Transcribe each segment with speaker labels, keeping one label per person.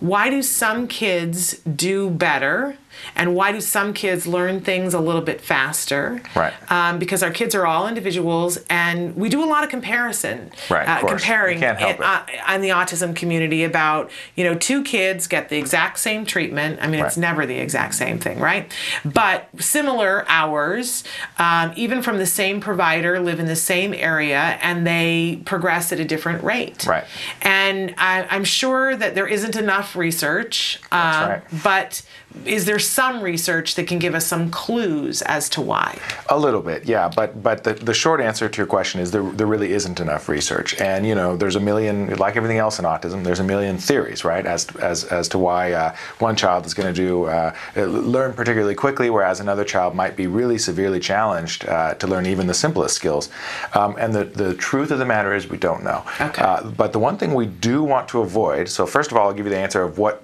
Speaker 1: why do some kids do better and why do some kids learn things a little bit faster?
Speaker 2: Right.
Speaker 1: Um, because our kids are all individuals and we do a lot of comparison.
Speaker 2: Right, of
Speaker 1: Uh,
Speaker 2: course.
Speaker 1: comparing
Speaker 2: You can't help it.
Speaker 1: uh, on the autism community about, you know, two kids get the exact same treatment. I mean, it's
Speaker 2: Right.
Speaker 1: never the exact same thing, right? But similar hours, um, even from the same provider, live in the same area and they progress at a different rate.
Speaker 2: Right.
Speaker 1: And I, I'm sure that there isn't enough research, um,
Speaker 2: right.
Speaker 1: but is there some research that can give us some clues as to why?
Speaker 2: A little bit, yeah. But but the, the short answer to your question is there, there really isn't enough research, and you know there's a million like everything else in autism. There's a million theories, right, as as as to why uh, one child is going to do uh, learn particularly quickly, whereas another child might be really severely challenged uh, to learn even the simplest skills. Um, and the the truth of the matter is we don't know.
Speaker 1: Okay.
Speaker 2: Uh, but the one thing we do want to avoid. So first of all, I'll give you the answer of what.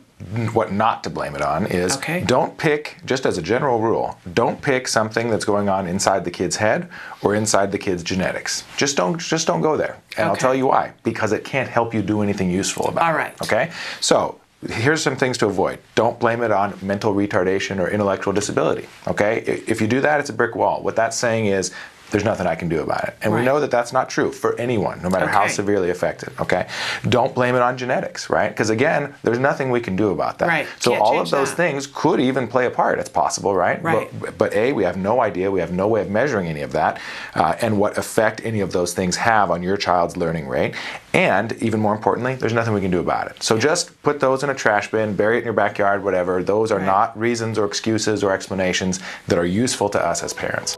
Speaker 2: What not to blame it on is
Speaker 1: Okay.
Speaker 2: don't don't pick, just as a general rule, don't pick something that's going on inside the kid's head or inside the kid's genetics. Just don't just don't go there. And I'll
Speaker 1: Okay.
Speaker 2: tell you why. Because it can't help you do anything useful about it.
Speaker 1: All right.
Speaker 2: Okay? So here's some things to avoid. Don't blame it on mental retardation or intellectual disability. Okay? I- If you do that, it's a brick wall. What that's saying is there's nothing I can do about it. And we
Speaker 1: Right.
Speaker 2: know that that's not true for anyone, no matter how
Speaker 1: Okay.
Speaker 2: severely affected. Okay? Don't blame it on genetics, right? Because again, there's nothing we can do about that.
Speaker 1: Right.
Speaker 2: So
Speaker 1: Can't
Speaker 2: all
Speaker 1: change
Speaker 2: of those
Speaker 1: that.
Speaker 2: things things could even play a part. It's possible, right?
Speaker 1: Right.
Speaker 2: But, but A, we have no idea. We have no way of measuring any of that uh, and what effect any of those things have on your child's learning rate. And even more importantly, there's nothing we can do about it. So just put those in a trash bin, bury it in your backyard, whatever. Those are
Speaker 1: Right.
Speaker 2: not reasons or excuses or explanations that are useful to us as parents.